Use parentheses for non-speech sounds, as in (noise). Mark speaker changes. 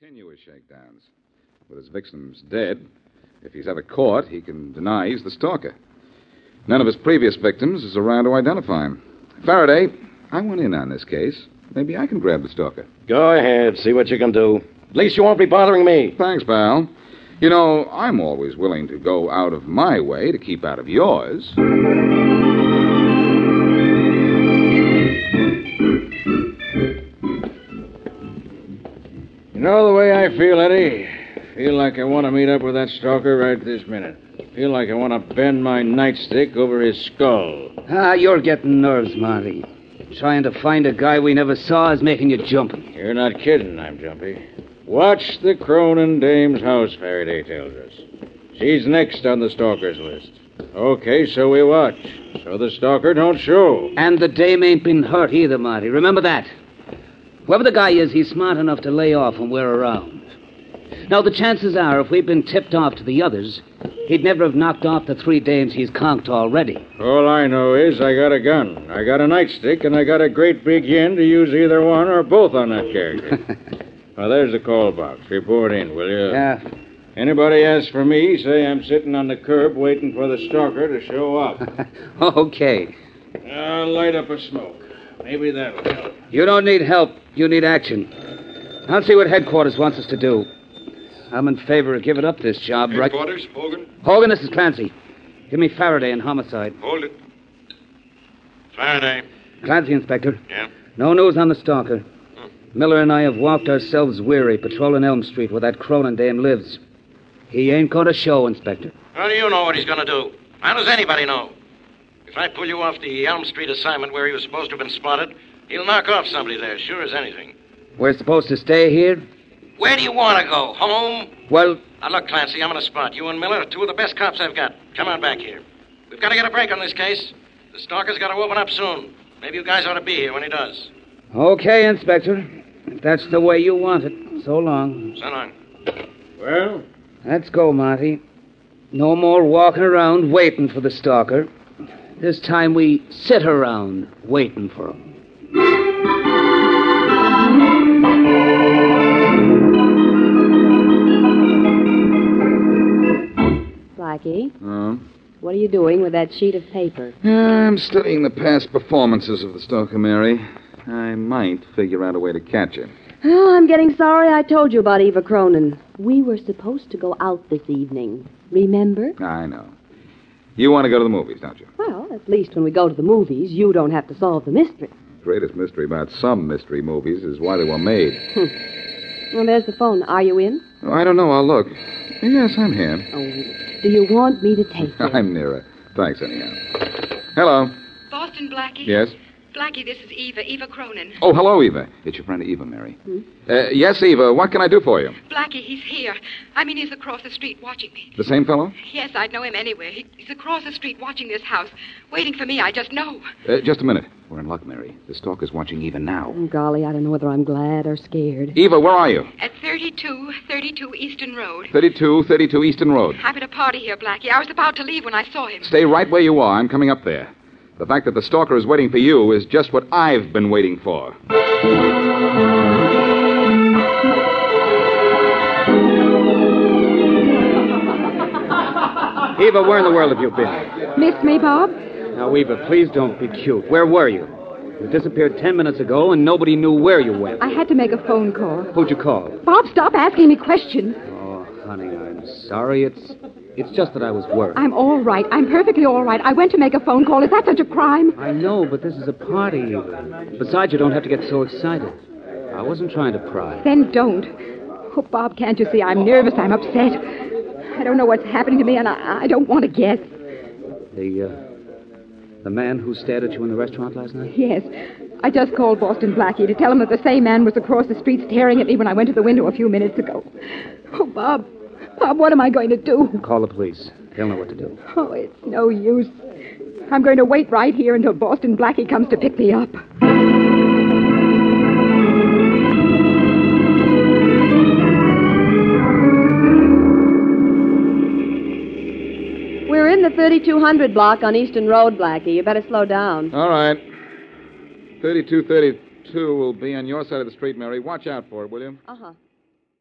Speaker 1: Continuous shakedowns. With his victims dead, if he's ever caught, he can deny he's the stalker. None of his previous victims is around to identify him. Faraday, I went in on this case. Maybe I can grab the stalker.
Speaker 2: Go ahead, see what you can do. At least you won't be bothering me.
Speaker 1: Thanks, pal. You know, I'm always willing to go out of my way to keep out of yours.
Speaker 3: You know the way I feel, Eddie? Feel like I want to meet up with that stalker right this minute. Feel like I want to bend my nightstick over his skull.
Speaker 4: Ah, you're getting nerves, Marty. Trying to find a guy we never saw is making you jump.
Speaker 3: You're not kidding, I'm jumpy. Watch the Cronin dame's house, Faraday tells us. She's next on the stalker's list. Okay, so we watch. So the stalker don't show.
Speaker 4: And the dame ain't been hurt either, Marty. Remember that. Whoever the guy is, he's smart enough to lay off when we're around. Now, the chances are, if we'd been tipped off to the others, he'd never have knocked off the three dames he's conked already.
Speaker 3: All I know is I got a gun, I got a nightstick, and I got a great big yen to use either one or both on that character. well, there's the call box. Report in, will you?
Speaker 4: Yeah.
Speaker 3: Anybody asks for me, say I'm sitting on the curb waiting for the stalker to show up.
Speaker 4: (laughs) okay.
Speaker 3: I'll light up a smoke. Maybe that'll help.
Speaker 4: You don't need help. You need action. I'll see what headquarters wants us to do. I'm in favor of giving up this job, right?
Speaker 5: Headquarters, Hogan,
Speaker 4: Hogan, this is Clancy. Give me Faraday and homicide.
Speaker 5: hold it. Faraday.
Speaker 4: Clancy, Inspector.
Speaker 5: Yeah?
Speaker 4: No news on the stalker. Miller and I have walked ourselves weary patrolling Elm Street where that Cronin dame lives. He ain't going to show, Inspector.
Speaker 2: How do you know what he's going to do? How does anybody know? If I pull you off the Elm Street assignment where he was supposed to have been spotted, he'll knock off somebody there, sure as anything.
Speaker 4: We're supposed to stay here?
Speaker 2: Where do you want to go? Home?
Speaker 4: Well,
Speaker 2: Now, look, Clancy, I'm on a spot. You and Miller are two of the best cops I've got. Come on back here. We've got to get a break on this case. The stalker's got to open up soon. Maybe you guys ought to be here when he does.
Speaker 4: okay, Inspector. If that's the way you want it, so long.
Speaker 2: So long.
Speaker 3: Well,
Speaker 4: Let's go, Marty. No more walking around waiting for the stalker. This time we sit around waiting for him.
Speaker 6: Blackie,
Speaker 1: Oh?
Speaker 6: what are you doing with that sheet of paper?
Speaker 1: I'm studying the past performances of the stalker, Mary. I might figure out a way to catch him.
Speaker 6: Oh, I'm getting sorry I told you about Eva Cronin. We were supposed to go out this evening. Remember?
Speaker 1: I know. You want to go to the movies, don't you?
Speaker 6: Well, at least when we go to the movies, you don't have to solve the mystery.
Speaker 1: The greatest mystery about some mystery movies is why they were made.
Speaker 6: Well, there's the phone. Are you in?
Speaker 1: Oh, I don't know. I'll look. Yes, I'm here. (laughs)
Speaker 6: Oh, do you want me to take you?
Speaker 1: I'm nearer. Thanks, anyhow. Hello.
Speaker 7: Boston Blackie?
Speaker 1: Yes?
Speaker 7: Blackie, this is Eva, Eva Cronin.
Speaker 1: Oh, hello, Eva. It's your friend Eva, Mary.
Speaker 7: Hmm?
Speaker 1: Uh, yes, Eva. What can I do for you?
Speaker 7: Blackie, he's here. I mean, he's across the street watching me.
Speaker 1: The same fellow?
Speaker 7: Yes, I'd know him anywhere. He, he's across the street watching this house, waiting for me. I just know.
Speaker 1: Uh, just a minute. We're in luck, Mary. The stalker's watching Eva now.
Speaker 6: Oh, golly, I don't know whether I'm glad or scared.
Speaker 1: Eva, where are you?
Speaker 7: At 3232 Eastern Road.
Speaker 1: 32, 32 Easton Road.
Speaker 7: I'm at a party here, Blackie. I was about to leave when I saw him.
Speaker 1: Stay right where you are. I'm coming up there. The fact that the stalker is waiting for you is just what I've been waiting for.
Speaker 4: Eva, where in the world have you been?
Speaker 6: Missed me, Bob?
Speaker 4: Now, Eva, please don't be cute. Where were you? You disappeared ten minutes ago, and nobody knew where you went.
Speaker 8: I had to make a phone call.
Speaker 4: Who'd you call?
Speaker 8: Bob, stop asking me questions.
Speaker 4: Oh, honey, I'm sorry. It's it's just that I was worried.
Speaker 8: I'm all right. I'm perfectly all right. I went to make a phone call. Is that such a crime?
Speaker 4: I know, but this is a party. Eva. Besides, you don't have to get so excited. I wasn't trying to pry.
Speaker 8: Then don't. Oh, Bob, can't you see? I'm nervous. I'm upset. I don't know what's happening to me, and I, I don't want to guess.
Speaker 4: The uh, the man who stared at you in the restaurant last night.
Speaker 8: Yes. I just called Boston Blackie to tell him that the same man was across the street staring at me when I went to the window a few minutes ago. Oh, Bob. Bob, what am I going to do?
Speaker 4: Call the police. They'll know what to do.
Speaker 8: Oh, it's no use. I'm going to wait right here until Boston Blackie comes to pick me up.
Speaker 6: We're in the 3200 block on Eastern Road, Blackie. You better slow down.
Speaker 1: All right. 3232 will be on your side of the street, Mary. Watch out for it, will you?
Speaker 6: Uh huh.